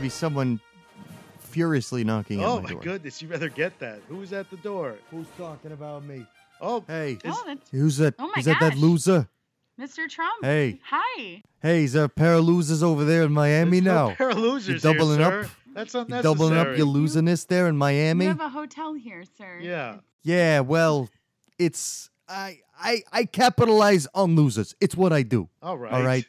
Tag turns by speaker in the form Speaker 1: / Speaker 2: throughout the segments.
Speaker 1: be someone furiously knocking
Speaker 2: oh
Speaker 1: at my,
Speaker 2: my
Speaker 1: door.
Speaker 2: goodness, you better get that. Who's at the door?
Speaker 3: Who's talking about me?
Speaker 2: Oh,
Speaker 1: Hey,
Speaker 2: Is-
Speaker 4: oh, that's
Speaker 1: who's that?
Speaker 4: Oh my
Speaker 1: Who's that that
Speaker 4: gosh.
Speaker 1: loser?
Speaker 4: Mr. Trump.
Speaker 1: Hey.
Speaker 4: Hi.
Speaker 1: Hey, is there a pair of losers over there in Miami
Speaker 2: there's
Speaker 1: now?
Speaker 2: No pair of losers
Speaker 1: You're
Speaker 2: here,
Speaker 1: doubling
Speaker 2: sir.
Speaker 1: up.
Speaker 2: That's
Speaker 1: You
Speaker 2: unnecessary.
Speaker 1: doubling up your loserness there in Miami?
Speaker 4: You have a hotel here, sir.
Speaker 2: Yeah.
Speaker 1: yeah, well, it's I I I capitalize on losers. It's what I do.
Speaker 2: All right.
Speaker 1: All right.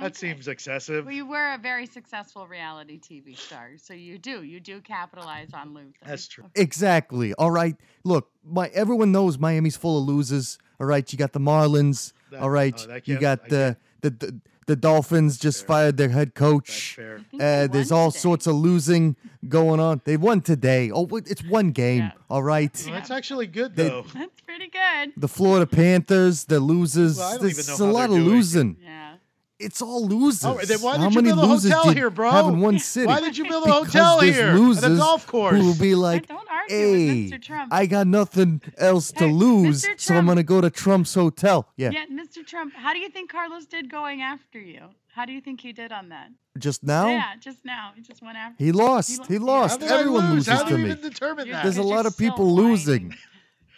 Speaker 2: That
Speaker 4: Okay.
Speaker 2: seems excessive.
Speaker 4: Well, you were a very successful reality TV star, so you do you do capitalize on losing.
Speaker 2: That's true.
Speaker 1: Exactly. All right. Look, my everyone knows Miami's full of losers. All right, you got the Marlins.
Speaker 2: That-
Speaker 1: all right,
Speaker 2: oh, that
Speaker 1: you
Speaker 2: can't-
Speaker 1: got
Speaker 2: I
Speaker 1: the, the the the Dolphins just
Speaker 2: Fair.
Speaker 1: fired their head
Speaker 2: That's
Speaker 1: coach.
Speaker 2: fair.
Speaker 4: I think
Speaker 1: Uh,
Speaker 4: you
Speaker 1: there's
Speaker 4: won
Speaker 1: all
Speaker 4: today.
Speaker 1: sorts of losing going on. They won today. Oh, wait, it's one game.
Speaker 4: Yeah.
Speaker 1: All right.
Speaker 2: Well, That's actually good
Speaker 1: They-
Speaker 2: though.
Speaker 4: That's pretty good.
Speaker 1: The Florida Panthers, the losers.
Speaker 2: Well, I don't
Speaker 1: There's
Speaker 2: even know
Speaker 1: a
Speaker 2: how
Speaker 1: lot
Speaker 2: they're
Speaker 1: of
Speaker 2: doing.
Speaker 1: losing.
Speaker 4: Yeah.
Speaker 1: It's all losers.
Speaker 2: Oh, then why
Speaker 1: How
Speaker 2: did you
Speaker 1: many
Speaker 2: build a
Speaker 1: losers
Speaker 2: hotel
Speaker 1: did
Speaker 2: here, bro?
Speaker 1: Have in one city.
Speaker 2: Why did you build a
Speaker 1: because
Speaker 2: hotel
Speaker 1: there's
Speaker 2: here
Speaker 1: losers
Speaker 2: at a golf
Speaker 1: Who will
Speaker 2: course?
Speaker 1: be like,
Speaker 4: don't argue
Speaker 1: hey,
Speaker 4: with Mr. Trump."
Speaker 1: I got nothing else to
Speaker 4: Hey,
Speaker 1: lose,
Speaker 4: Mr.
Speaker 1: so I'm
Speaker 4: Trump.
Speaker 1: going to go to Trump's hotel. Yeah,
Speaker 4: Yet, Mr. Trump, how do you think Carlos did going after you? How do you think he did on that?
Speaker 1: just now?
Speaker 4: Yeah, just now. He just went after
Speaker 1: He lost.
Speaker 4: He
Speaker 1: He
Speaker 4: lo-
Speaker 1: lost.
Speaker 2: How did I
Speaker 1: Everyone
Speaker 2: lose?
Speaker 1: loses
Speaker 2: How
Speaker 1: to
Speaker 2: do you
Speaker 1: me.
Speaker 2: even determine
Speaker 4: You're
Speaker 2: that?
Speaker 1: There's a
Speaker 4: Because
Speaker 1: lot
Speaker 4: you're
Speaker 1: of people
Speaker 4: still
Speaker 1: losing.
Speaker 4: whining.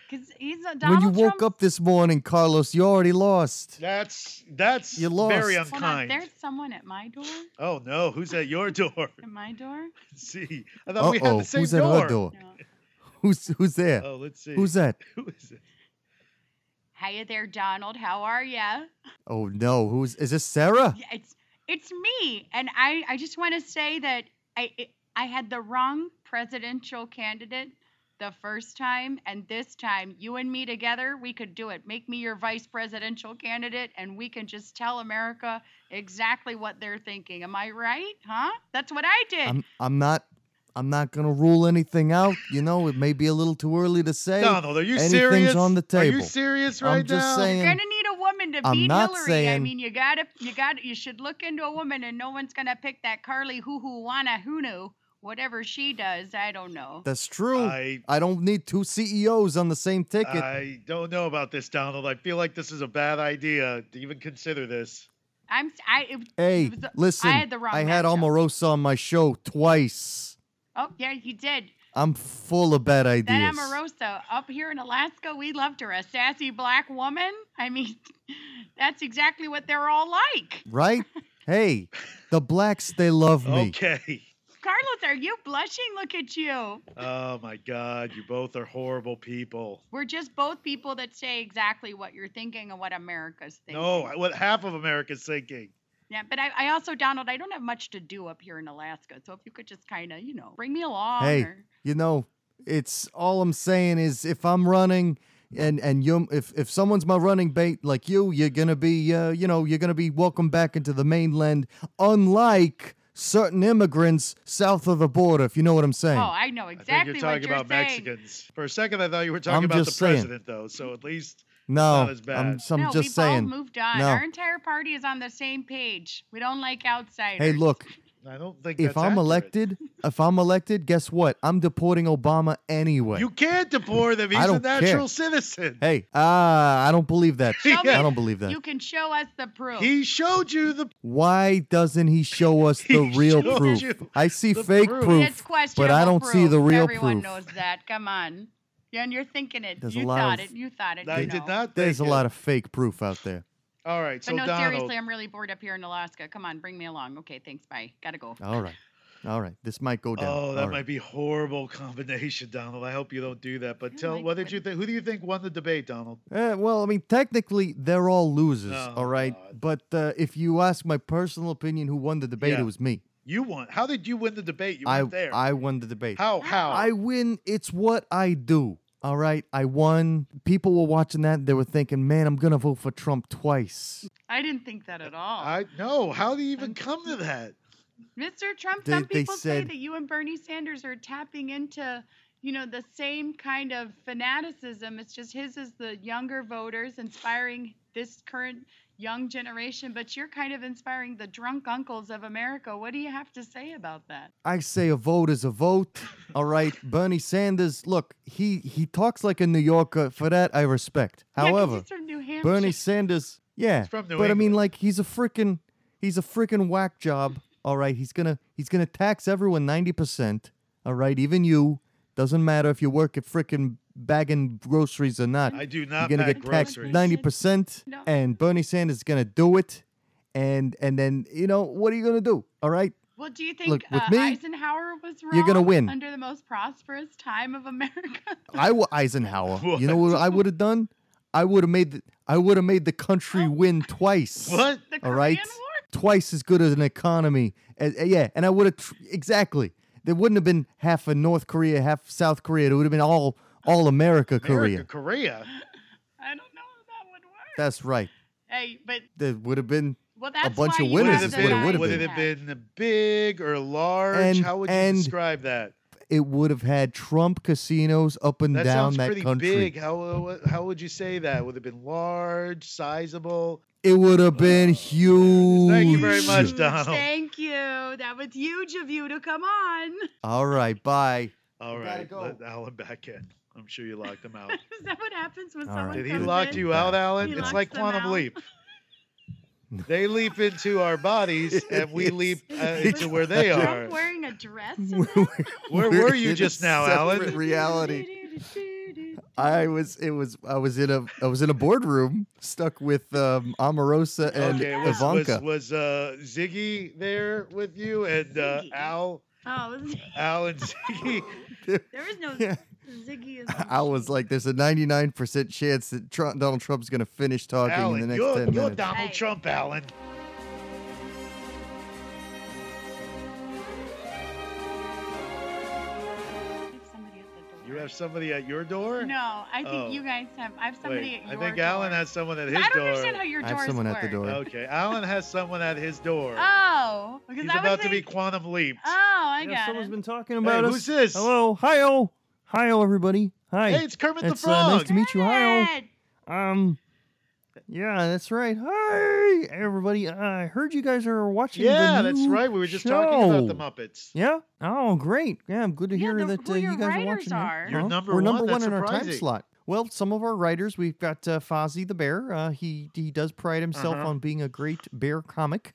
Speaker 4: Because he's a
Speaker 1: when
Speaker 4: Donald
Speaker 1: you woke
Speaker 4: Trump's-
Speaker 1: up this morning, Carlos, you already lost.
Speaker 2: That's that's
Speaker 1: You lost.
Speaker 2: very
Speaker 1: Hold
Speaker 4: Hold on,
Speaker 2: unkind.
Speaker 4: there's someone at my door.
Speaker 2: oh no, who's at your door?
Speaker 4: At my door.
Speaker 2: Let's see, I thought
Speaker 1: Uh
Speaker 2: we had
Speaker 1: oh,
Speaker 2: the same
Speaker 1: who's at
Speaker 2: door.
Speaker 1: her door?
Speaker 4: No.
Speaker 1: Who's who's there?
Speaker 2: Oh, let's see.
Speaker 1: who's that?
Speaker 2: Who is it?
Speaker 4: Hiya there, Donald. How are ya?
Speaker 1: Oh no, who's is this Sarah?
Speaker 4: Yeah, it's it's me, and I I just want to say that I it, I had the wrong presidential candidate the first time, and this time you and me together we could do it. Make me your vice presidential candidate, and we can just tell America exactly what they're thinking. Am I right? Huh? That's what I did.
Speaker 1: I'm I'm not I'm not gonna rule anything out. You know, it may be a little too early to say.
Speaker 2: Donald, are you
Speaker 1: anything's
Speaker 2: serious?
Speaker 1: on the
Speaker 2: Are you
Speaker 1: table.
Speaker 2: serious
Speaker 1: I'm
Speaker 2: right
Speaker 1: just
Speaker 2: now?
Speaker 1: saying-
Speaker 4: You're gonna need a woman to
Speaker 1: I'm
Speaker 4: beat
Speaker 1: not
Speaker 4: Hillary. I
Speaker 1: saying-
Speaker 4: mean, you gotta, you gotta, you should look into a woman, and no one's gonna pick that Carly Hoo Hoo Wana Hunu, whatever she does. I don't know.
Speaker 1: That's true. I,
Speaker 2: I
Speaker 1: don't need two CEOs on the same ticket.
Speaker 2: I don't know about this, Donald. I feel like this is a bad idea to even consider this.
Speaker 4: I'm, s- I, it,
Speaker 1: hey,
Speaker 4: it was the-
Speaker 1: listen,
Speaker 4: I had the wrong.
Speaker 1: I had
Speaker 4: matchup.
Speaker 1: Omarosa on my show twice.
Speaker 4: Oh yeah, you did.
Speaker 1: I'm full of bad ideas.
Speaker 4: That Amorosa up here in Alaska, we loved her. A sassy black woman. I mean, that's exactly what they're all like.
Speaker 1: Right? Hey, the blacks they love me.
Speaker 2: Okay.
Speaker 4: Carlos, are you blushing? Look at you.
Speaker 2: Oh my God, you both are horrible people.
Speaker 4: We're just both people that say exactly what you're thinking and what America's thinking.
Speaker 2: No, I- what half of America's thinking.
Speaker 4: Yeah, but I, I also, Donald, I don't have much to do up here in Alaska. So if you could just kind of, you know, bring me along.
Speaker 1: Hey.
Speaker 4: Or,
Speaker 1: you know it's all i'm saying is if i'm running and and you if if someone's my running bait like you you're gonna be uh, you know you're gonna be welcomed back into the mainland unlike certain immigrants south of the border if you know what i'm saying
Speaker 4: oh, I know
Speaker 2: I think you're
Speaker 4: exactly what
Speaker 2: talking
Speaker 4: you're
Speaker 2: about
Speaker 4: saying.
Speaker 2: Mexicans. For a second, I thought you were talking
Speaker 1: I'm
Speaker 2: about the
Speaker 1: just saying.
Speaker 2: president, though. So at least
Speaker 1: no
Speaker 2: not as bad.
Speaker 1: i'm, I'm
Speaker 4: no,
Speaker 1: just
Speaker 4: we've
Speaker 1: saying
Speaker 4: all moved on.
Speaker 1: No.
Speaker 4: Our entire party is on the same page. We don't like outsiders.
Speaker 1: hey look
Speaker 2: I don't think
Speaker 1: if
Speaker 2: that's
Speaker 1: i'm
Speaker 2: accurate.
Speaker 1: elected if i'm elected guess what i'm deporting obama anyway
Speaker 2: you can't deport him. He's a
Speaker 1: don't care.
Speaker 2: natural citizen.
Speaker 1: hey ah i don't believe that
Speaker 4: Show me-
Speaker 1: i don't believe that
Speaker 4: You can show us the proof.
Speaker 2: He showed you the
Speaker 1: Why doesn't he show us the
Speaker 2: He
Speaker 1: real
Speaker 2: showed
Speaker 1: proof?
Speaker 2: you
Speaker 1: I see
Speaker 2: the
Speaker 1: fake
Speaker 2: proof.
Speaker 1: proof,
Speaker 4: it's questionable
Speaker 1: but I don't
Speaker 4: proof.
Speaker 1: see the real proof.
Speaker 4: Everyone knows that. Come on. Yeah, and you're thinking it.
Speaker 1: There's a
Speaker 4: you
Speaker 1: lot
Speaker 4: thought
Speaker 1: of-
Speaker 4: it. You thought it.
Speaker 2: I
Speaker 4: you
Speaker 2: did
Speaker 4: know.
Speaker 2: not.
Speaker 1: There's a
Speaker 2: think it.
Speaker 1: lot of fake proof out there.
Speaker 2: All right,
Speaker 4: But
Speaker 2: so
Speaker 4: no,
Speaker 2: Donald,
Speaker 4: seriously, I'm really bored up here in Alaska. Come on, bring me along. Okay, thanks. Bye. Gotta go.
Speaker 1: All right, all right. This might go down.
Speaker 2: Oh, that
Speaker 1: All
Speaker 2: might
Speaker 1: right.
Speaker 2: be horrible combination, Donald. I hope you don't do that. But
Speaker 4: don't
Speaker 2: tell,
Speaker 4: like
Speaker 2: what did
Speaker 4: it.
Speaker 2: you think? Who do you think won the debate, Donald?
Speaker 1: Eh, well, I mean, technically, they're all losers.
Speaker 2: Oh,
Speaker 1: all right,
Speaker 2: God.
Speaker 1: but uh, if you ask my personal opinion, who won the debate?
Speaker 2: Yeah.
Speaker 1: It was me.
Speaker 2: You won. How did you win the debate? You
Speaker 1: I
Speaker 2: weren't there.
Speaker 1: I won the debate.
Speaker 2: how? How?
Speaker 1: I win. It's what I do. All right, I won. People were watching that and they were thinking, "Man, I'm gonna vote for Trump twice."
Speaker 4: I didn't think that at all.
Speaker 2: I no. How do you even come to that?
Speaker 4: Mr. Trump,
Speaker 1: They-
Speaker 4: some
Speaker 1: they
Speaker 4: people say
Speaker 1: said-
Speaker 4: that you and Bernie Sanders are tapping into, you know, the same kind of fanaticism. It's just his is the younger voters inspiring this current young generation, but you're kind of inspiring the drunk uncles of America. What do you have to say about that?
Speaker 1: I say a vote is a vote. All right, Bernie Sanders. Look, he he talks like a New Yorker. For that, I respect.
Speaker 4: Yeah, 'cause
Speaker 1: However,
Speaker 4: he's from New Hampshire.
Speaker 1: Bernie Sanders, yeah,
Speaker 2: from New
Speaker 1: but I mean,
Speaker 2: England.
Speaker 1: like he's a freaking he's a freaking whack job. all right, he's gonna he's gonna tax everyone ninety percent. All right, even you. Doesn't matter if you work at frickin' bagging groceries or not.
Speaker 2: I do not
Speaker 1: You're gonna
Speaker 2: bag
Speaker 1: get taxed
Speaker 2: groceries.
Speaker 1: ninety percent,
Speaker 4: No.
Speaker 1: and Bernie Sanders is gonna do it. And and then you know what are you gonna do? All right,
Speaker 4: Well, do you think
Speaker 1: Look, with
Speaker 4: uh,
Speaker 1: me,
Speaker 4: Eisenhower was wrong?
Speaker 1: you're gonna win.
Speaker 4: under the most prosperous time of America.
Speaker 1: I wa Eisenhower. You know
Speaker 2: What?
Speaker 1: what I would have done? I would have made the I would have made the country
Speaker 4: Oh.
Speaker 1: win twice.
Speaker 2: What?
Speaker 4: the Korean
Speaker 1: All right,
Speaker 4: War.
Speaker 1: twice as good as an economy. And, and yeah, and I would have tr- exactly. There wouldn't have been half of North Korea, half South Korea. It would have been all all America, Korea.
Speaker 2: America, Korea.
Speaker 4: I don't know if that would work.
Speaker 1: That's right.
Speaker 4: hey, but
Speaker 1: There would have been
Speaker 4: well, that's
Speaker 1: bunch
Speaker 4: why
Speaker 1: of
Speaker 4: you
Speaker 1: Winners
Speaker 2: Would
Speaker 1: is
Speaker 4: have
Speaker 2: it
Speaker 1: what it
Speaker 4: to
Speaker 2: have
Speaker 1: would've
Speaker 2: been, would
Speaker 1: been.
Speaker 2: it have been big or large?
Speaker 1: And-
Speaker 2: How would you
Speaker 1: and-
Speaker 2: describe that?
Speaker 1: it would have had Trump casinos up and
Speaker 2: That
Speaker 1: down
Speaker 2: sounds
Speaker 1: that
Speaker 2: pretty
Speaker 1: country.
Speaker 2: big. How uh, how would you say that? Would it have been large, sizable?
Speaker 1: It would have been huge.
Speaker 2: Thank you very much,
Speaker 4: Mm,
Speaker 2: Donald.
Speaker 4: Thank you. That was huge of you to come on.
Speaker 1: All right, bye.
Speaker 2: All
Speaker 1: I gotta
Speaker 2: right,
Speaker 1: go.
Speaker 2: let Alan back in. I'm sure you locked him out.
Speaker 4: Is that what happens when
Speaker 1: All
Speaker 4: someone
Speaker 1: right.
Speaker 2: Did he
Speaker 4: comes
Speaker 2: lock
Speaker 4: in?
Speaker 2: you out, Alan?
Speaker 4: He
Speaker 2: it's
Speaker 4: locks
Speaker 2: like
Speaker 4: them
Speaker 2: quantum
Speaker 4: out.
Speaker 2: leap. They leap into our bodies, and we
Speaker 1: Yes.
Speaker 2: leap uh,
Speaker 1: Is
Speaker 2: into where they
Speaker 4: Trump
Speaker 2: are.
Speaker 4: wearing a dress? in
Speaker 1: Where
Speaker 4: that?
Speaker 2: Where were you just now, Alan?
Speaker 1: Reality. I was it was I was in a I was in a boardroom stuck with um, Omarosa and
Speaker 2: okay, was,
Speaker 1: Ivanka.
Speaker 2: was was uh, Ziggy there with you and uh,
Speaker 4: Ziggy.
Speaker 2: Al,
Speaker 4: Oh, Z-
Speaker 2: Al and Ziggy?
Speaker 4: there was no
Speaker 1: Yeah.
Speaker 4: Ziggy. Is
Speaker 1: I was like, there's a 99% chance that Trump, Donald Trump's going to finish talking in the
Speaker 2: Alan,
Speaker 1: next
Speaker 2: you're,
Speaker 1: 10
Speaker 2: you're
Speaker 1: minutes.
Speaker 2: Donald
Speaker 4: Hey.
Speaker 2: Trump, Alan.
Speaker 4: somebody at the
Speaker 2: You
Speaker 4: door.
Speaker 2: have somebody at your door.
Speaker 4: No, I think
Speaker 2: Oh.
Speaker 4: you guys have. I have somebody
Speaker 2: Wait,
Speaker 4: at
Speaker 2: I
Speaker 4: your
Speaker 2: think
Speaker 4: door.
Speaker 2: Alan has someone at his
Speaker 4: I don't
Speaker 2: door.
Speaker 4: understand how your
Speaker 1: I
Speaker 4: doors
Speaker 1: have someone
Speaker 4: work.
Speaker 1: at the door.
Speaker 2: Okay, Alan has someone at his door.
Speaker 4: Oh, because
Speaker 2: He's
Speaker 4: I was
Speaker 2: about to be
Speaker 4: like,
Speaker 2: quantum leaped.
Speaker 4: Oh, I
Speaker 1: Yeah,
Speaker 4: got
Speaker 1: someone's
Speaker 4: it.
Speaker 1: been talking
Speaker 2: hey,
Speaker 1: about us.
Speaker 2: who's this?
Speaker 1: Hello, hi-oh. Hi-oh, everybody. Hi.
Speaker 2: Hey, it's Kermit the
Speaker 1: It's, uh, nice
Speaker 2: Frog.
Speaker 1: to meet you. Hi-oh.
Speaker 4: Good.
Speaker 1: Um, yeah, that's right. Hi, everybody. I heard you guys are watching the
Speaker 2: yeah, that's
Speaker 1: new
Speaker 2: right. We were just talking about the
Speaker 1: show.
Speaker 2: Muppets.
Speaker 1: Yeah. Oh, great. Yeah, I'm good to
Speaker 4: Yeah,
Speaker 1: hear
Speaker 4: the-
Speaker 1: that
Speaker 4: who
Speaker 1: uh,
Speaker 4: your
Speaker 1: you guys are
Speaker 4: writers
Speaker 1: watching. that.
Speaker 4: are.
Speaker 2: You're
Speaker 1: Uh-huh.
Speaker 2: number
Speaker 1: We're
Speaker 2: one,
Speaker 1: number
Speaker 2: that's
Speaker 1: one in our time
Speaker 2: surprising.
Speaker 1: slot. Well, some of our writers, we've got uh, Fozzie the Bear. Uh, he he does pride himself
Speaker 2: Uh-huh.
Speaker 1: on being a great bear comic.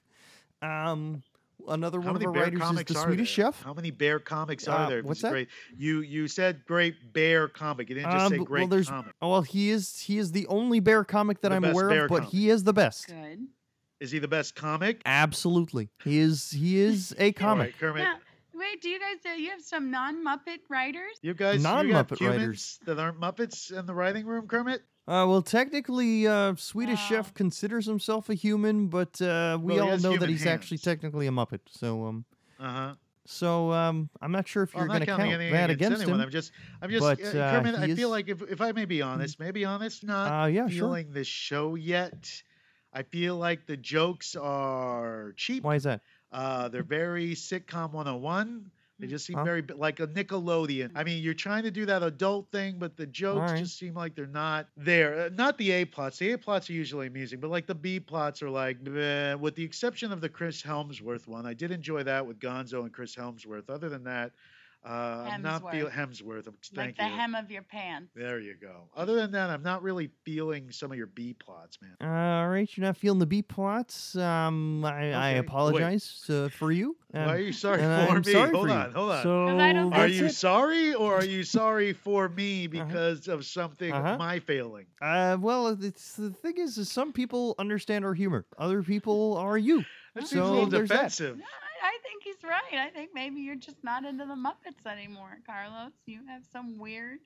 Speaker 1: Um, another
Speaker 2: How
Speaker 1: one of
Speaker 2: many
Speaker 1: our
Speaker 2: bear
Speaker 1: writers is
Speaker 2: comics
Speaker 1: the
Speaker 2: are
Speaker 1: Swedish
Speaker 2: there?
Speaker 1: Chef.
Speaker 2: How many bear comics are
Speaker 1: Uh,
Speaker 2: there? This
Speaker 1: what's
Speaker 2: is
Speaker 1: that?
Speaker 2: Great. You you said great bear comic. You didn't just
Speaker 1: Um,
Speaker 2: say
Speaker 1: but-
Speaker 2: great
Speaker 1: well, there's
Speaker 2: comic.
Speaker 1: oh, well he is he is the only bear comic that
Speaker 2: The
Speaker 1: I'm
Speaker 2: best
Speaker 1: aware
Speaker 2: bear
Speaker 1: of, but he is the best.
Speaker 4: Good.
Speaker 2: Is he the best comic?
Speaker 1: Absolutely, he is he is a
Speaker 2: All
Speaker 1: comic.
Speaker 2: right, Kermit.
Speaker 4: Now, wait, do you guys uh, you have some non Muppet writers?
Speaker 2: You guys, you have
Speaker 1: Non-Muppet
Speaker 2: humans
Speaker 1: writers.
Speaker 2: that aren't Muppets in the writing room, Kermit.
Speaker 1: Uh, well, technically, uh, Swedish
Speaker 4: Wow.
Speaker 1: Chef considers himself a human, but uh, we
Speaker 2: Well, he
Speaker 1: all
Speaker 2: has
Speaker 1: know that
Speaker 2: human
Speaker 1: he's actually
Speaker 2: hands.
Speaker 1: technically a muppet. So um,
Speaker 2: Uh huh.
Speaker 1: So um, I'm not sure if
Speaker 2: Well,
Speaker 1: you're going
Speaker 2: I'm not
Speaker 1: to
Speaker 2: counting
Speaker 1: count
Speaker 2: anything
Speaker 1: that
Speaker 2: against,
Speaker 1: against,
Speaker 2: anyone.
Speaker 1: him.
Speaker 2: I'm just, I'm just,
Speaker 1: but,
Speaker 2: uh,
Speaker 1: uh,
Speaker 2: Kermit.
Speaker 1: he
Speaker 2: I feel
Speaker 1: is-
Speaker 2: like if, if I may be honest, may be honest, not
Speaker 1: Uh, yeah, sure.
Speaker 2: feeling this show yet. I feel like the jokes are cheap.
Speaker 1: Why is that?
Speaker 2: Uh, they're very sitcom 101. They just seem
Speaker 1: Mm, Huh?
Speaker 2: very b- like a Nickelodeon. I mean, you're trying to do that adult thing, but the jokes
Speaker 1: right.
Speaker 2: just seem like they're not there. Uh, not the A plots. The A plots are usually amusing, but like the B plots are like, bleh. with the exception of the Chris Helmsworth one, I did enjoy that with Gonzo and Chris Helmsworth. Other than that, uh, I'm not feel Hemsworth. I'm- Thank
Speaker 4: Like the
Speaker 2: you.
Speaker 4: hem of your pants.
Speaker 2: there you go. Other than that, I'm not really feeling some of your B plots, man.
Speaker 1: All Uh, right, you're not feeling the B plots. Um, I, I
Speaker 2: Okay, wait.
Speaker 1: apologize uh, for you. Um,
Speaker 2: Why are you sorry
Speaker 1: and
Speaker 2: for
Speaker 1: I'm
Speaker 2: me?
Speaker 1: sorry
Speaker 2: hold
Speaker 1: for you.
Speaker 2: on, hold on.
Speaker 1: So
Speaker 4: I don't
Speaker 2: Are
Speaker 4: That's
Speaker 2: you
Speaker 1: that's
Speaker 2: sorry or are you sorry for me
Speaker 1: Uh-huh.
Speaker 2: because of something
Speaker 1: Uh-huh.
Speaker 2: my failing?
Speaker 1: it. Uh, well, it's, the thing is, is, some people understand our humor. Other people are you.
Speaker 2: That seems a
Speaker 1: So
Speaker 2: little
Speaker 1: there's that.
Speaker 2: defensive.
Speaker 4: No, I, I think he's right. I think maybe you're just not into the Muppets anymore, Carlos. You have some weird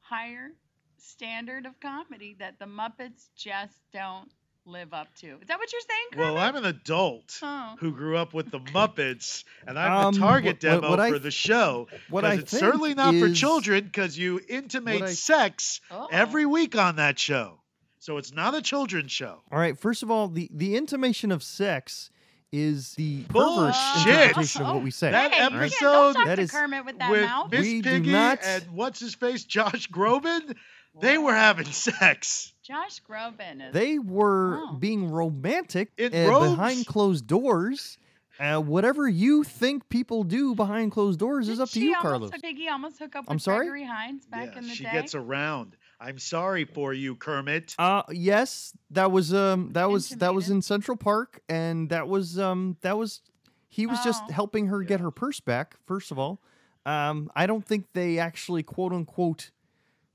Speaker 4: higher standard of comedy that the Muppets just don't live up to. Is that what you're saying, Carlos?
Speaker 2: Well, I'm an adult
Speaker 4: Oh.
Speaker 2: who grew up with the Muppets, and I'm
Speaker 1: Um,
Speaker 2: the target
Speaker 1: what- what-
Speaker 2: demo
Speaker 1: what I
Speaker 2: for the show
Speaker 1: What I
Speaker 2: because it's
Speaker 1: think
Speaker 2: certainly not for
Speaker 1: is-
Speaker 2: children because you intimate
Speaker 1: I-
Speaker 2: sex
Speaker 4: Uh-oh.
Speaker 2: every week on that show. So it's not a children's show.
Speaker 1: All right. First of all, the the intimation of sex is the perverse
Speaker 2: Bullshit.
Speaker 1: interpretation of Oh. what we say.
Speaker 2: That
Speaker 4: Hey, you can't-
Speaker 2: episode
Speaker 4: Oh, don't talk
Speaker 1: That
Speaker 4: to
Speaker 1: is-
Speaker 4: Kermit with that
Speaker 2: With
Speaker 4: mouth.
Speaker 1: Miss-
Speaker 2: Miss
Speaker 1: We do
Speaker 2: Piggy
Speaker 1: not-
Speaker 2: and what's his face, Josh Groban, they were having sex.
Speaker 4: Josh Groban is
Speaker 1: They were
Speaker 4: Oh.
Speaker 1: being romantic
Speaker 2: In
Speaker 1: uh,
Speaker 2: robes?
Speaker 1: behind closed doors. Uh, whatever you think people do behind closed doors is
Speaker 4: Didn't
Speaker 1: up to
Speaker 4: she
Speaker 1: you,
Speaker 4: almost-
Speaker 1: Carlos.
Speaker 4: Piggy almost hook up with
Speaker 1: I'm sorry?
Speaker 4: Gregory Hines back
Speaker 2: yeah,
Speaker 4: in the
Speaker 2: she
Speaker 4: day.
Speaker 2: gets around. I'm sorry for you, Kermit.
Speaker 1: Uh, yes, that was um, that was that was
Speaker 4: Intimated.
Speaker 1: in Central Park, and that was um, that was He was just
Speaker 4: Oh.
Speaker 1: helping her get
Speaker 2: Yeah.
Speaker 1: her purse back. First of all, um, I don't think they actually quote unquote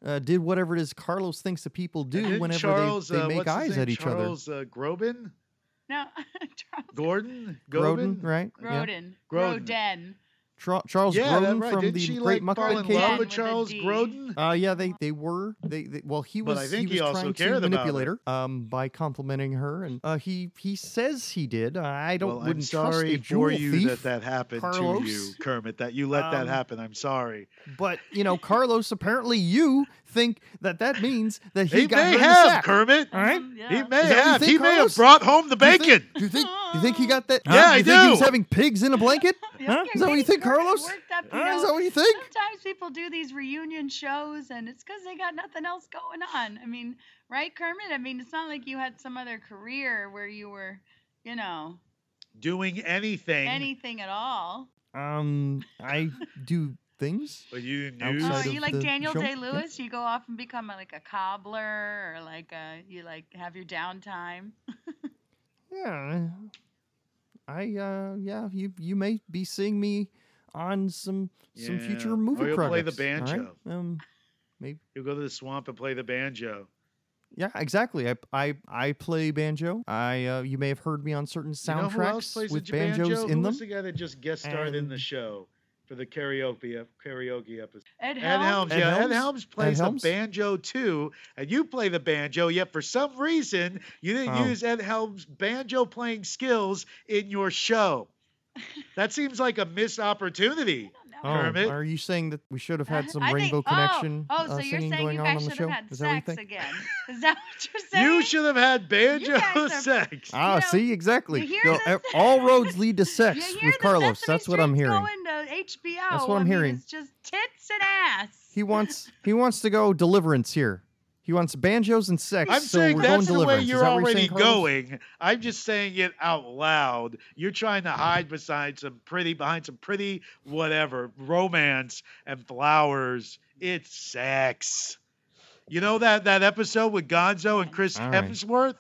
Speaker 1: uh, did whatever it is Carlos thinks the people do
Speaker 2: Didn't
Speaker 1: whenever
Speaker 2: Charles,
Speaker 1: they, they
Speaker 2: uh,
Speaker 1: make
Speaker 2: what's his
Speaker 1: eyes
Speaker 2: name?
Speaker 1: at each other.
Speaker 2: Charles, Uh, Grobin,
Speaker 4: No,
Speaker 2: Gordon,
Speaker 1: Grodin,
Speaker 2: Gobin?
Speaker 1: right? Yeah.
Speaker 4: Groden.
Speaker 2: Groden.
Speaker 4: Groden.
Speaker 1: Tra- Charles
Speaker 2: Yeah, that
Speaker 1: Grodin
Speaker 2: right.
Speaker 1: from
Speaker 2: Didn't
Speaker 1: the
Speaker 2: she
Speaker 1: Great
Speaker 2: like
Speaker 1: Muppet
Speaker 2: fall in love
Speaker 1: Cake.
Speaker 4: With
Speaker 2: with
Speaker 4: a
Speaker 2: Charles
Speaker 4: D.
Speaker 2: Grodin?
Speaker 1: Uh, yeah, they they were they, they well he
Speaker 2: But
Speaker 1: was
Speaker 2: I think
Speaker 1: he
Speaker 2: he
Speaker 1: was
Speaker 2: also
Speaker 1: trying to
Speaker 2: cared about
Speaker 1: manipulate
Speaker 2: her.
Speaker 1: her um by complimenting her and uh he he says he did I don't
Speaker 2: well,
Speaker 1: wouldn't
Speaker 2: I'm sorry
Speaker 1: trust a
Speaker 2: for
Speaker 1: jewel
Speaker 2: you
Speaker 1: thief
Speaker 2: that that happened to you,
Speaker 1: Carlos.
Speaker 2: Kermit. That you let
Speaker 1: Um,
Speaker 2: that happen. I'm sorry.
Speaker 1: but you know Carlos apparently you think that that means that he
Speaker 2: he
Speaker 1: got her
Speaker 2: may
Speaker 1: in the
Speaker 2: have
Speaker 1: sack.
Speaker 2: Kermit.
Speaker 1: all right
Speaker 4: Mm,
Speaker 2: He
Speaker 4: yeah.
Speaker 2: may
Speaker 1: Is that what you
Speaker 2: have.
Speaker 1: think,
Speaker 2: He may
Speaker 1: Carlos?
Speaker 2: have brought home the bacon.
Speaker 1: do you think do you think he got that
Speaker 2: Yeah, I
Speaker 1: you think he was
Speaker 2: do.
Speaker 1: having pigs in a blanket
Speaker 4: Yeah,
Speaker 1: Huh?
Speaker 4: you're
Speaker 1: Is that what you
Speaker 4: getting
Speaker 1: think,
Speaker 4: Groden
Speaker 1: Carlos?
Speaker 4: worked up, you
Speaker 1: Huh? is
Speaker 4: know.
Speaker 1: that what you think
Speaker 4: Sometimes people do these reunion shows and it's because they got nothing else going on. I mean, right, Kermit? I mean, it's not like you had some other career where you were, you know,
Speaker 2: Doing anything.
Speaker 4: anything at all.
Speaker 1: um I do things
Speaker 2: but you knew.
Speaker 4: Oh,
Speaker 1: Outside
Speaker 4: you
Speaker 1: of
Speaker 4: like
Speaker 1: the
Speaker 4: Daniel
Speaker 1: show?
Speaker 4: Day
Speaker 1: Yeah.
Speaker 4: Lewis? You go off and become like a cobbler or like a, you like have your downtime.
Speaker 1: Yeah. I uh yeah, you you may be seeing me on some some
Speaker 2: Yeah.
Speaker 1: future
Speaker 2: Or
Speaker 1: movie
Speaker 2: you'll play the
Speaker 1: projects, all right? Um
Speaker 2: You go to the swamp and play the banjo.
Speaker 1: yeah, exactly. I I I play banjo. I uh, you may have heard me on certain
Speaker 2: You know who else
Speaker 1: soundtracks
Speaker 2: plays the
Speaker 1: with
Speaker 2: j-
Speaker 1: banjos
Speaker 2: banjo?
Speaker 1: in
Speaker 2: Who
Speaker 1: them.
Speaker 2: was the guy that just guest starred in the
Speaker 1: And-
Speaker 2: show for the karaoke ep- karaoke episode?
Speaker 4: Ed
Speaker 2: Ed Helms,
Speaker 4: Helms.
Speaker 1: Ed
Speaker 2: yeah.
Speaker 1: Helms?
Speaker 2: Ed Helms plays
Speaker 1: Helms?
Speaker 2: the banjo too, and you play the banjo, yet for some reason you didn't
Speaker 1: Oh.
Speaker 2: use Ed Helms' banjo playing skills in your show. That seems like a missed opportunity.
Speaker 4: No.
Speaker 1: Oh,
Speaker 2: Kermit?
Speaker 1: are you saying that we should have had
Speaker 4: Uh,
Speaker 1: some
Speaker 4: I think-
Speaker 1: Rainbow
Speaker 4: oh,
Speaker 1: Connection
Speaker 4: Oh,
Speaker 1: uh,
Speaker 4: so you're
Speaker 1: singing
Speaker 4: saying
Speaker 1: going
Speaker 4: you
Speaker 1: on
Speaker 4: guys
Speaker 1: on the
Speaker 4: should have
Speaker 1: show?
Speaker 4: had
Speaker 1: Is that what you
Speaker 4: sex
Speaker 1: think?
Speaker 4: again? Is that what you're saying?
Speaker 2: You should have had banjo
Speaker 4: guys are-
Speaker 2: sex.
Speaker 1: Ah,
Speaker 4: know,
Speaker 1: see, exactly.
Speaker 4: you hear
Speaker 1: No,
Speaker 4: this?
Speaker 1: ev- all roads lead to sex
Speaker 4: You hear
Speaker 1: with
Speaker 4: the
Speaker 1: Carlos.
Speaker 4: Sesame
Speaker 1: That's what I'm
Speaker 4: Street's
Speaker 1: hearing.
Speaker 4: Going to HBO.
Speaker 1: That's what I'm
Speaker 4: I mean,
Speaker 1: hearing.
Speaker 4: It's just tits and ass.
Speaker 1: He wants he wants to go deliverance here. He wants banjos and sex.
Speaker 2: I'm
Speaker 1: so
Speaker 2: saying
Speaker 1: we're
Speaker 2: that's
Speaker 1: going
Speaker 2: the way
Speaker 1: deliverance. Is
Speaker 2: you're
Speaker 1: that what
Speaker 2: already
Speaker 1: saying, Carlos?
Speaker 2: going. I'm just saying it out loud. You're trying to hide beside some pretty behind some pretty whatever romance and flowers. It's sex. You know that that episode with Gonzo and Chris
Speaker 1: All right.
Speaker 2: Hemsworth,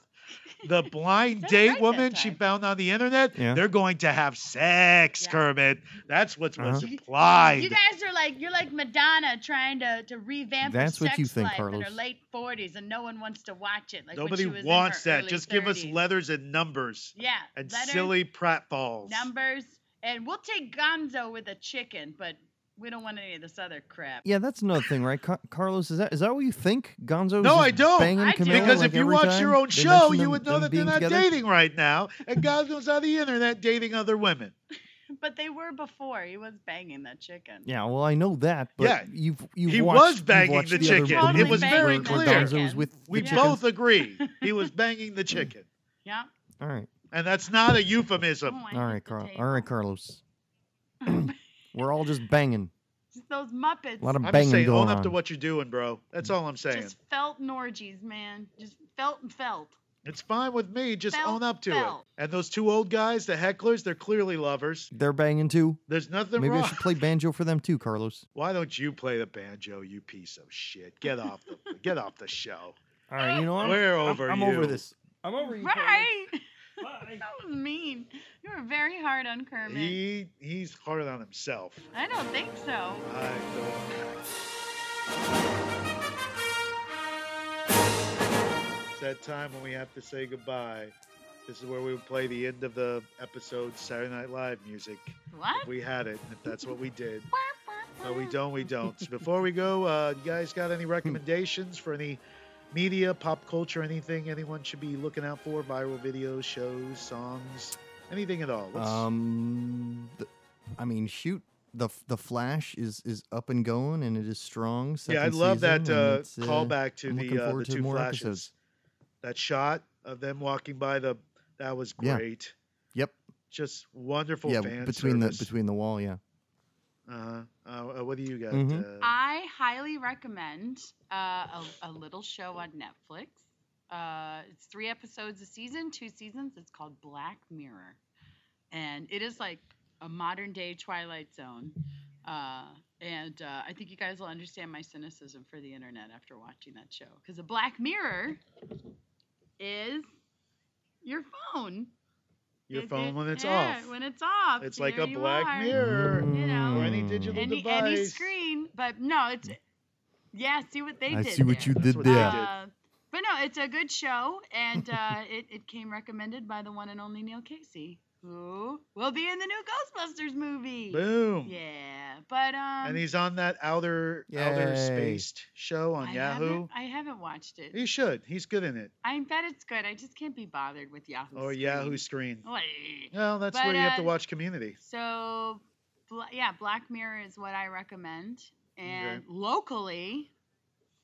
Speaker 2: the blind
Speaker 4: That's
Speaker 2: date
Speaker 4: right that
Speaker 2: woman she
Speaker 4: time.
Speaker 2: found on the internet.
Speaker 1: Yeah.
Speaker 2: They're going to have sex,
Speaker 4: Yeah.
Speaker 2: Kermit. That's what was
Speaker 1: Uh-huh.
Speaker 2: implied.
Speaker 4: You guys are like you're like Madonna trying to to revamp
Speaker 1: That's
Speaker 4: her
Speaker 1: what
Speaker 4: sex
Speaker 1: you think,
Speaker 4: life in
Speaker 1: Carlos.
Speaker 4: her late 40s, and no one wants to watch it. Like when
Speaker 2: Nobody
Speaker 4: she was in her
Speaker 2: wants that.
Speaker 4: early
Speaker 2: Just give us
Speaker 4: 30s.
Speaker 2: letters and numbers
Speaker 4: Yeah,
Speaker 2: and
Speaker 4: letters,
Speaker 2: silly pratfalls.
Speaker 4: numbers, and we'll take Gonzo with a chicken, but we don't want any of this other crap.
Speaker 1: Yeah, that's another thing, right? Car- Carlos, is that is that what you think? Gonzo?
Speaker 2: No, I don't.
Speaker 1: Banging
Speaker 4: I do.
Speaker 1: Camilla,
Speaker 2: Because
Speaker 1: like
Speaker 2: if you
Speaker 1: every
Speaker 2: watch
Speaker 1: time
Speaker 2: your own
Speaker 1: they
Speaker 2: show,
Speaker 1: mention
Speaker 2: you
Speaker 1: them-
Speaker 2: would know
Speaker 1: them
Speaker 2: that they're
Speaker 1: being
Speaker 2: not
Speaker 1: together?
Speaker 2: dating right now, and God knows on the internet dating other women.
Speaker 4: But they were before. He was banging that chicken.
Speaker 1: Yeah, well, I know that, but
Speaker 2: Yeah.
Speaker 1: you've you
Speaker 2: He
Speaker 1: watched,
Speaker 2: was
Speaker 1: you've
Speaker 2: banging
Speaker 1: watched
Speaker 2: the
Speaker 1: other-
Speaker 2: chicken.
Speaker 4: Totally
Speaker 1: movies
Speaker 4: was
Speaker 1: where-
Speaker 4: very
Speaker 1: where
Speaker 4: clear.
Speaker 1: Gonzo was with
Speaker 2: We
Speaker 1: the
Speaker 4: Yeah.
Speaker 1: chicken.
Speaker 2: both agree he was banging the chicken,
Speaker 4: Yeah.
Speaker 1: All right,
Speaker 2: and that's not a
Speaker 4: Oh,
Speaker 2: euphemism.
Speaker 4: I
Speaker 1: all
Speaker 4: hit
Speaker 1: right,
Speaker 4: the
Speaker 1: Carl.
Speaker 4: table.
Speaker 1: All right, Carlos. We're all just banging.
Speaker 4: Just those Muppets.
Speaker 1: A lot of
Speaker 2: I'm
Speaker 1: banging
Speaker 2: just saying,
Speaker 1: going
Speaker 2: own
Speaker 1: on.
Speaker 2: up to what you're doing, bro. That's all I'm saying.
Speaker 4: just felt and orgies, man. Just felt and felt.
Speaker 2: It's fine with me. Just
Speaker 4: Felt,
Speaker 2: own up to it.
Speaker 4: felt.
Speaker 2: And those two old guys, the hecklers, they're clearly lovers.
Speaker 1: They're banging too.
Speaker 2: There's nothing
Speaker 1: Maybe
Speaker 2: wrong.
Speaker 1: I should play banjo for them too, Carlos.
Speaker 2: Why don't you play the banjo, you piece of shit? Get off the get off the show.
Speaker 1: All right, you know what?
Speaker 2: We're over
Speaker 1: I'm,
Speaker 2: you.
Speaker 1: I'm over this. I'm over you.
Speaker 4: Right?
Speaker 1: Carlos. Bye.
Speaker 4: That was mean. You were very hard on Kermit.
Speaker 2: He he's hard on himself.
Speaker 4: I don't think so.
Speaker 2: I don't- It's that time when we have to say goodbye. This is where we would play the end of the episode Saturday Night Live music.
Speaker 4: What?
Speaker 2: If we had it, and if that's what we did.
Speaker 4: Wah, wah,
Speaker 2: No, we
Speaker 4: wah.
Speaker 2: don't. We don't. So Before we go, uh, you guys got any recommendations for any media, pop culture, anything anyone should be looking out for? Viral videos, shows, songs, anything at all? What's-
Speaker 1: Um, th- I mean, shoot, the the Flash is is up and going, and it is strong.
Speaker 2: yeah, I
Speaker 1: second
Speaker 2: love that
Speaker 1: season,
Speaker 2: uh,
Speaker 1: and it's,
Speaker 2: callback to
Speaker 1: I'm looking
Speaker 2: the uh, the
Speaker 1: forward to
Speaker 2: two
Speaker 1: more
Speaker 2: flashes.
Speaker 1: episodes.
Speaker 2: That shot of them walking by the that was
Speaker 1: Yeah.
Speaker 2: great.
Speaker 1: Yep.
Speaker 2: Just wonderful
Speaker 1: yeah,
Speaker 2: fan
Speaker 1: between
Speaker 2: service.
Speaker 1: the between the wall, yeah.
Speaker 2: uh-huh. uh, uh, what do you got?
Speaker 1: Mhm.
Speaker 2: Uh,
Speaker 4: I highly recommend uh, a, a little show on Netflix. Uh, it's three episodes a season, two seasons. It's called Black Mirror. And it is like a modern day Twilight Zone. Uh, and uh, I think you guys will understand my cynicism for the internet after watching that show. Because a Black Mirror is your phone.
Speaker 2: your
Speaker 4: It-
Speaker 2: phone
Speaker 4: it-
Speaker 2: when it's
Speaker 4: yeah,
Speaker 2: off.
Speaker 4: When it's off.
Speaker 2: it's like
Speaker 4: there
Speaker 2: a
Speaker 4: you
Speaker 2: black
Speaker 4: are.
Speaker 2: mirror
Speaker 4: You know,
Speaker 2: or any digital
Speaker 4: Any
Speaker 2: device.
Speaker 4: any screen, but no, it's yeah. See what they
Speaker 1: I
Speaker 4: did.
Speaker 1: see what
Speaker 4: there.
Speaker 1: you
Speaker 2: That's
Speaker 1: did
Speaker 2: what they
Speaker 1: there.
Speaker 2: did.
Speaker 4: Uh, but no, it's a good show, and uh, it, it came recommended by the one and only Neil Casey, who will be in the new Ghostbusters movie.
Speaker 2: Boom.
Speaker 4: Yeah, but um,
Speaker 2: And he's on that outer outer
Speaker 1: Yay.
Speaker 2: spaced show on
Speaker 4: I
Speaker 2: Yahoo.
Speaker 4: Haven't, I haven't watched it.
Speaker 2: He should. He's good in it.
Speaker 4: I bet it's good. I just can't be bothered with Yahoo.
Speaker 2: Or
Speaker 4: screen.
Speaker 2: Oh, Yahoo screen.
Speaker 4: What?
Speaker 2: Well, that's
Speaker 4: But,
Speaker 2: where you have to
Speaker 4: uh,
Speaker 2: watch Community.
Speaker 4: So, bla yeah, Black Mirror is what I recommend. And locally,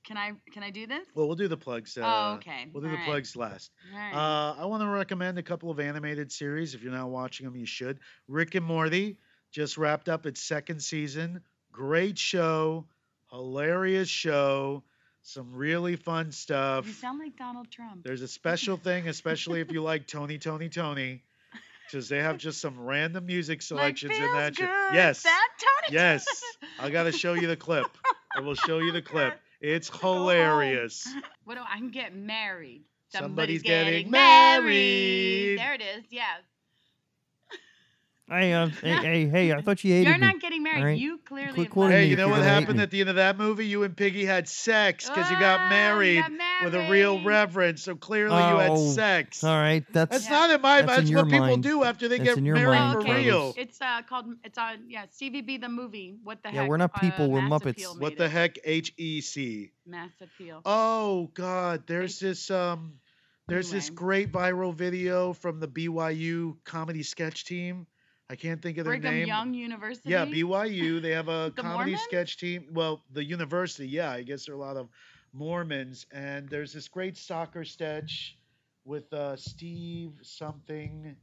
Speaker 4: can I can I do this?
Speaker 2: Well, we'll do the plugs. Uh,
Speaker 4: oh, okay.
Speaker 2: We'll do
Speaker 4: All
Speaker 2: the
Speaker 4: right.
Speaker 2: plugs last.
Speaker 4: All right.
Speaker 2: Uh, I want to recommend a couple of animated series. If you're not watching them, you should. Rick and Morty just wrapped up its second season. Great show, hilarious show, some really fun stuff.
Speaker 4: you sound like Donald Trump.
Speaker 2: There's a special thing, especially if you like Tony, Tony, Tony, because they have just some random music selections
Speaker 4: like,
Speaker 2: in
Speaker 4: feels
Speaker 2: that
Speaker 4: good.
Speaker 2: show. Yes,
Speaker 4: That Tony.
Speaker 2: yes. I got to show you the clip. I will show you the clip. It's
Speaker 4: home.
Speaker 2: hilarious.
Speaker 4: What do I can get married?
Speaker 2: Somebody's getting married.
Speaker 4: There it is. Yeah.
Speaker 1: Hey, uh, hey, hey, hey, I thought she hated
Speaker 4: You're
Speaker 1: me.
Speaker 4: not getting married.
Speaker 1: right?
Speaker 4: You clearly.
Speaker 1: Quit
Speaker 4: have
Speaker 1: quoting
Speaker 4: not-
Speaker 2: Hey,
Speaker 1: me
Speaker 2: you
Speaker 1: if
Speaker 2: know
Speaker 1: you're
Speaker 2: what
Speaker 1: gonna hate
Speaker 2: happened
Speaker 1: me.
Speaker 2: at the end of that movie? You and Piggy had sex because you got
Speaker 4: Oh,
Speaker 2: married
Speaker 4: you got
Speaker 2: with a real
Speaker 4: married.
Speaker 2: reverend. So clearly you had
Speaker 1: Oh,
Speaker 2: sex.
Speaker 1: All right, that's
Speaker 2: That's not in
Speaker 1: That's
Speaker 2: my.
Speaker 1: in
Speaker 2: That's,
Speaker 1: your
Speaker 2: what people
Speaker 1: mind.
Speaker 2: do after they
Speaker 1: That's
Speaker 2: get
Speaker 1: in your
Speaker 2: married
Speaker 1: mind,
Speaker 2: for
Speaker 4: okay.
Speaker 2: real.
Speaker 1: Carlos.
Speaker 4: It's uh, called. It's on. Yeah, CVB the movie. What the
Speaker 1: Yeah,
Speaker 4: heck?
Speaker 1: we're not
Speaker 4: uh,
Speaker 1: people, we're
Speaker 4: Mass
Speaker 1: Muppets.
Speaker 4: Appeal
Speaker 2: What
Speaker 4: made
Speaker 2: the
Speaker 4: it.
Speaker 2: heck? H E C.
Speaker 4: Mass appeal.
Speaker 2: Oh God, there's this um, there's this
Speaker 4: Anyway.
Speaker 2: great viral video from the BYU comedy sketch team. I can't think of their
Speaker 4: Brigham
Speaker 2: name.
Speaker 4: Young University.
Speaker 2: Yeah, BYU. They have a
Speaker 4: The
Speaker 2: comedy
Speaker 4: Mormons?
Speaker 2: sketch team. Well, the university. Yeah, I guess there are a lot of Mormons. And there's this great soccer sketch with uh, Steve something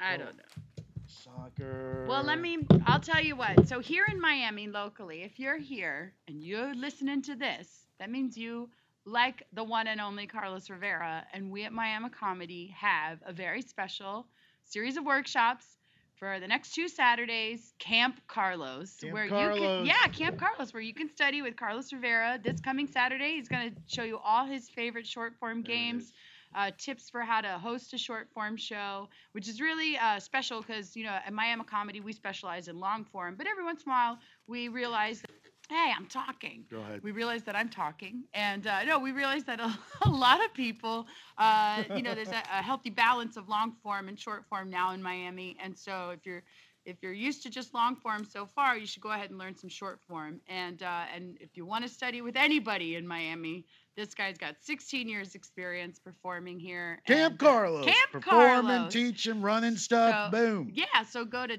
Speaker 4: I don't know.
Speaker 2: soccer.
Speaker 4: Well, let me. I'll tell you what. So here in Miami, locally, if you're here and you're listening to this, that means you like the one and only Carlos Rivera, and we at Miami Comedy have a very special series of workshops for the next two Saturdays, Camp Carlos,
Speaker 2: Camp
Speaker 4: where you can
Speaker 2: Carlos.
Speaker 4: yeah, Camp Carlos, where you can study with Carlos Rivera this coming Saturday. He's going to show you all his favorite short form
Speaker 2: There it
Speaker 4: games,
Speaker 2: is.
Speaker 4: uh, tips for how to host a short form show, which is really uh, special because you know at Miami Comedy we specialize in long form, but every once in a while we realize, that, hey, I'm talking
Speaker 2: Go ahead.
Speaker 4: we realize that I'm talking, and uh, no, we realize that a, a lot of people, uh, you know, there's a, a healthy balance of long form and short form now in Miami, and so if you're if you're used to just long form so far, you should go ahead and learn some short form. And uh, and if you want to study with anybody in Miami, this guy's got 16 years experience performing here.
Speaker 2: Camp
Speaker 4: and, uh,
Speaker 2: Carlos.
Speaker 4: Camp
Speaker 2: Perform and
Speaker 4: Carlos.
Speaker 2: teach him running stuff.
Speaker 4: So-
Speaker 2: Boom.
Speaker 4: Yeah, so go to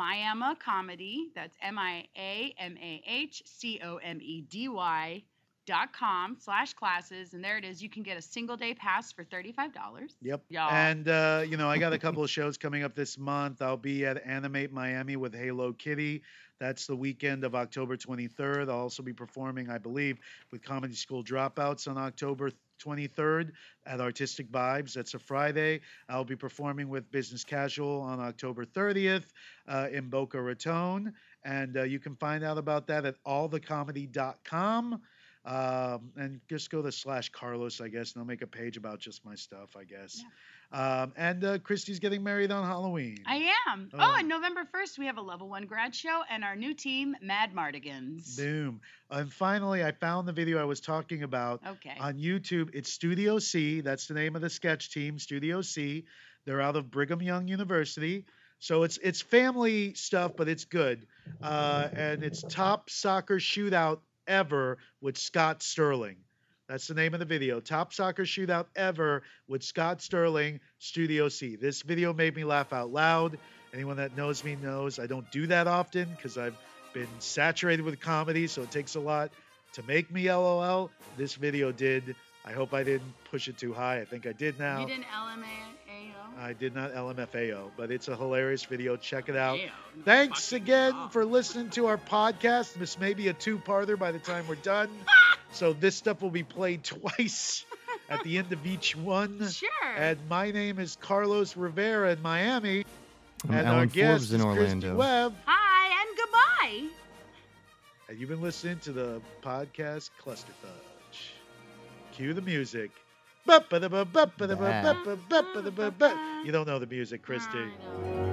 Speaker 4: www.miamacomedy, that's M I A M A H C O M E D Y dot com slash classes, and there it is. You can get a single day pass for $35.
Speaker 2: Yep.
Speaker 4: Yeah.
Speaker 2: And uh, you know, I got a couple of shows coming up this month. I'll be at Animate Miami with Halo Kitty. That's the weekend of October 23rd. I'll also be performing, I believe, with Comedy School Dropouts on October 23rd at Artistic Vibes. That's a Friday. I'll be performing with Business Casual on October 30th uh, in Boca Raton. And uh, you can find out about that at allthecomedy.com. Um, and just go to slash Carlos, I guess, and I'll make a page about just my stuff, I guess. Um, and uh, Christy's getting married on Halloween.
Speaker 4: I am.
Speaker 2: Oh.
Speaker 4: Oh, and November 1st, we have a level one grad show and our new team, Mad Mardigans.
Speaker 2: Boom. And finally, I found the video I was talking about
Speaker 4: Okay.
Speaker 2: on YouTube. It's Studio C. That's the name of the sketch team, Studio C. They're out of Brigham Young University. So it's it's family stuff, but it's good. Uh, and it's top soccer shootout ever with Scott Sterling. That's the name of the video. Top soccer shootout ever with Scott Sterling, Studio C. This video made me laugh out loud. Anyone that knows me knows I don't do that often because I've been saturated with comedy, so it takes a lot to make me LOL. This video did. I hope I didn't push it too high. I think I did now.
Speaker 4: you did an LMAO?
Speaker 2: I did not LMFAO, but it's a hilarious video. Check it out.
Speaker 4: Yeah.
Speaker 2: Thanks
Speaker 4: Fucking
Speaker 2: again
Speaker 4: off.
Speaker 2: for listening to our podcast. This may be a two-parter by the time we're done. so this stuff will be played twice at the end of each one.
Speaker 4: Sure.
Speaker 2: And my name is Carlos Rivera in Miami.
Speaker 1: I'm
Speaker 2: and our
Speaker 1: Alan
Speaker 2: guest
Speaker 1: Forbes in
Speaker 2: is Christy
Speaker 1: Orlando.
Speaker 2: Webb.
Speaker 4: Hi, and goodbye.
Speaker 2: And you've been listening to the podcast Cluster Fudge. Cue the music. You don't know the music, Christy.
Speaker 4: I know.